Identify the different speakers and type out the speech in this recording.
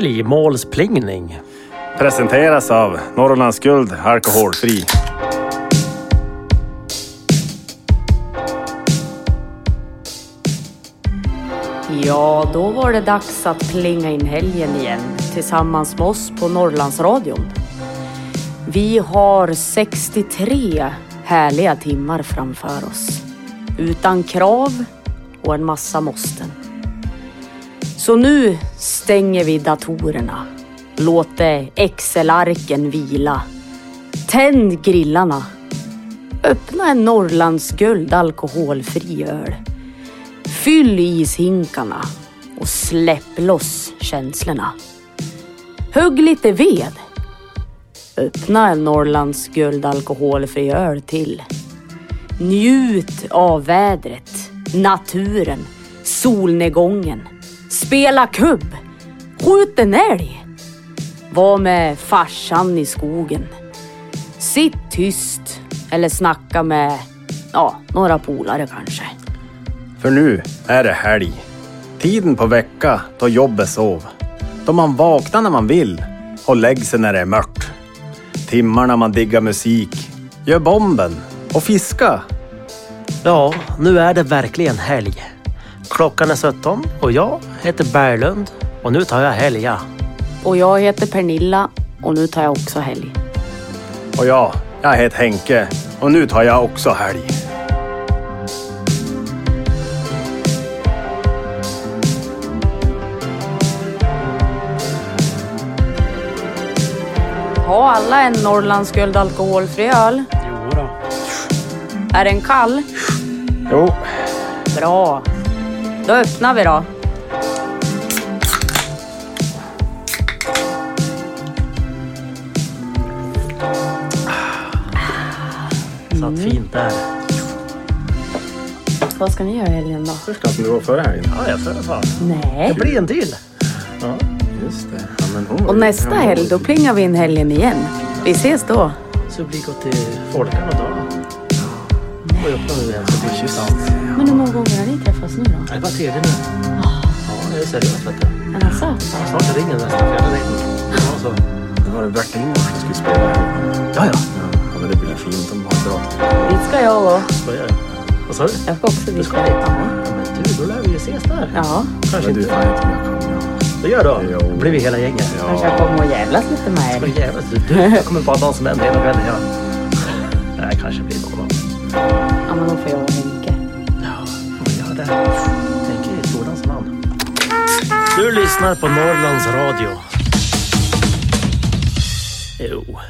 Speaker 1: Helgmålsplingning.
Speaker 2: Presenteras av Norrlands Guld Alkoholfri.
Speaker 3: Ja, då var det dags att plinga in helgen igen tillsammans med oss på Norrlandsradion. Vi har 63 härliga timmar framför oss. Utan krav och en massa måsten. Så nu stänger vi datorerna. Låter Excel-arken vila. Tänd grillarna. Öppna en Norrlandsguld alkoholfri öl. Fyll ishinkarna och släpp loss känslorna. Hugg lite ved. Öppna en Norrlands guld alkoholfri öl till. Njut av vädret, naturen, solnedgången. Spela kubb. Skjut en älg. Var med farsan i skogen. Sitt tyst eller snacka med, ja, några polare kanske.
Speaker 2: För nu är det helg. Tiden på vecka då jobbet sov. Då man vaknar när man vill och lägger sig när det är mörkt. Timmarna man diggar musik, gör bomben och fiska.
Speaker 1: Ja, nu är det verkligen helg. Klockan är 17 och jag heter Berglund och nu tar jag helga.
Speaker 3: Och jag heter Pernilla och nu tar jag också helg.
Speaker 2: Och ja, jag heter Henke och nu tar jag också helg.
Speaker 3: Har alla en Norrlands guld alkoholfri öl?
Speaker 1: Jo då.
Speaker 3: Är den kall?
Speaker 2: Jo,
Speaker 3: Bra. Då öppnar vi då.
Speaker 1: Satt fint där.
Speaker 3: Vad ska ni göra i helgen då?
Speaker 2: hur ska du gå före helgen?
Speaker 1: Ja, jag för fan.
Speaker 3: Nej.
Speaker 1: Det blir en till.
Speaker 2: Ja, just det. Ja, men hon var
Speaker 3: Och
Speaker 2: ju-
Speaker 3: nästa
Speaker 2: hon var ju-
Speaker 3: helg, då plingar vi in helgen igen. Vi ses då.
Speaker 1: Så blir gott till folkan och då. Och jag öppnar nu igen så blir det kysst.
Speaker 3: Men hur många gånger har ni träffats nu då?
Speaker 1: Det var trevligt nu. Ja, det är seriöst vet du.
Speaker 3: Men alltså,
Speaker 1: Snart ringer nästa fjärde ring. Ja, så.
Speaker 2: Det var det Bert Ingvar som skulle spela här.
Speaker 1: Ja, ja.
Speaker 2: Ja, men det blir fint om man drar.
Speaker 3: dit ska jag då.
Speaker 1: Skojar du? Vad sa du?
Speaker 3: Jag ska också
Speaker 1: Du
Speaker 3: dit.
Speaker 1: ska dit? Ja, men du, då lär vi ju ses där.
Speaker 3: Ja,
Speaker 1: Kanske
Speaker 2: Men du,
Speaker 1: inte.
Speaker 2: fan, jag tror jag kan.
Speaker 1: Det gör du?
Speaker 2: Jo.
Speaker 1: Då blir vi hela gänget.
Speaker 3: kanske jag kommer att jävlas lite med
Speaker 1: Men
Speaker 3: er.
Speaker 1: jävlar, du, du, jag kommer bara dansa med en hela kvällen. Ja. Nej, kanske blir någon.
Speaker 3: Ja, men då får jag och Henke.
Speaker 1: Ja, får vi göra det. Tänk i jordans namn. Du lyssnar på Norrlands Radio. Jo.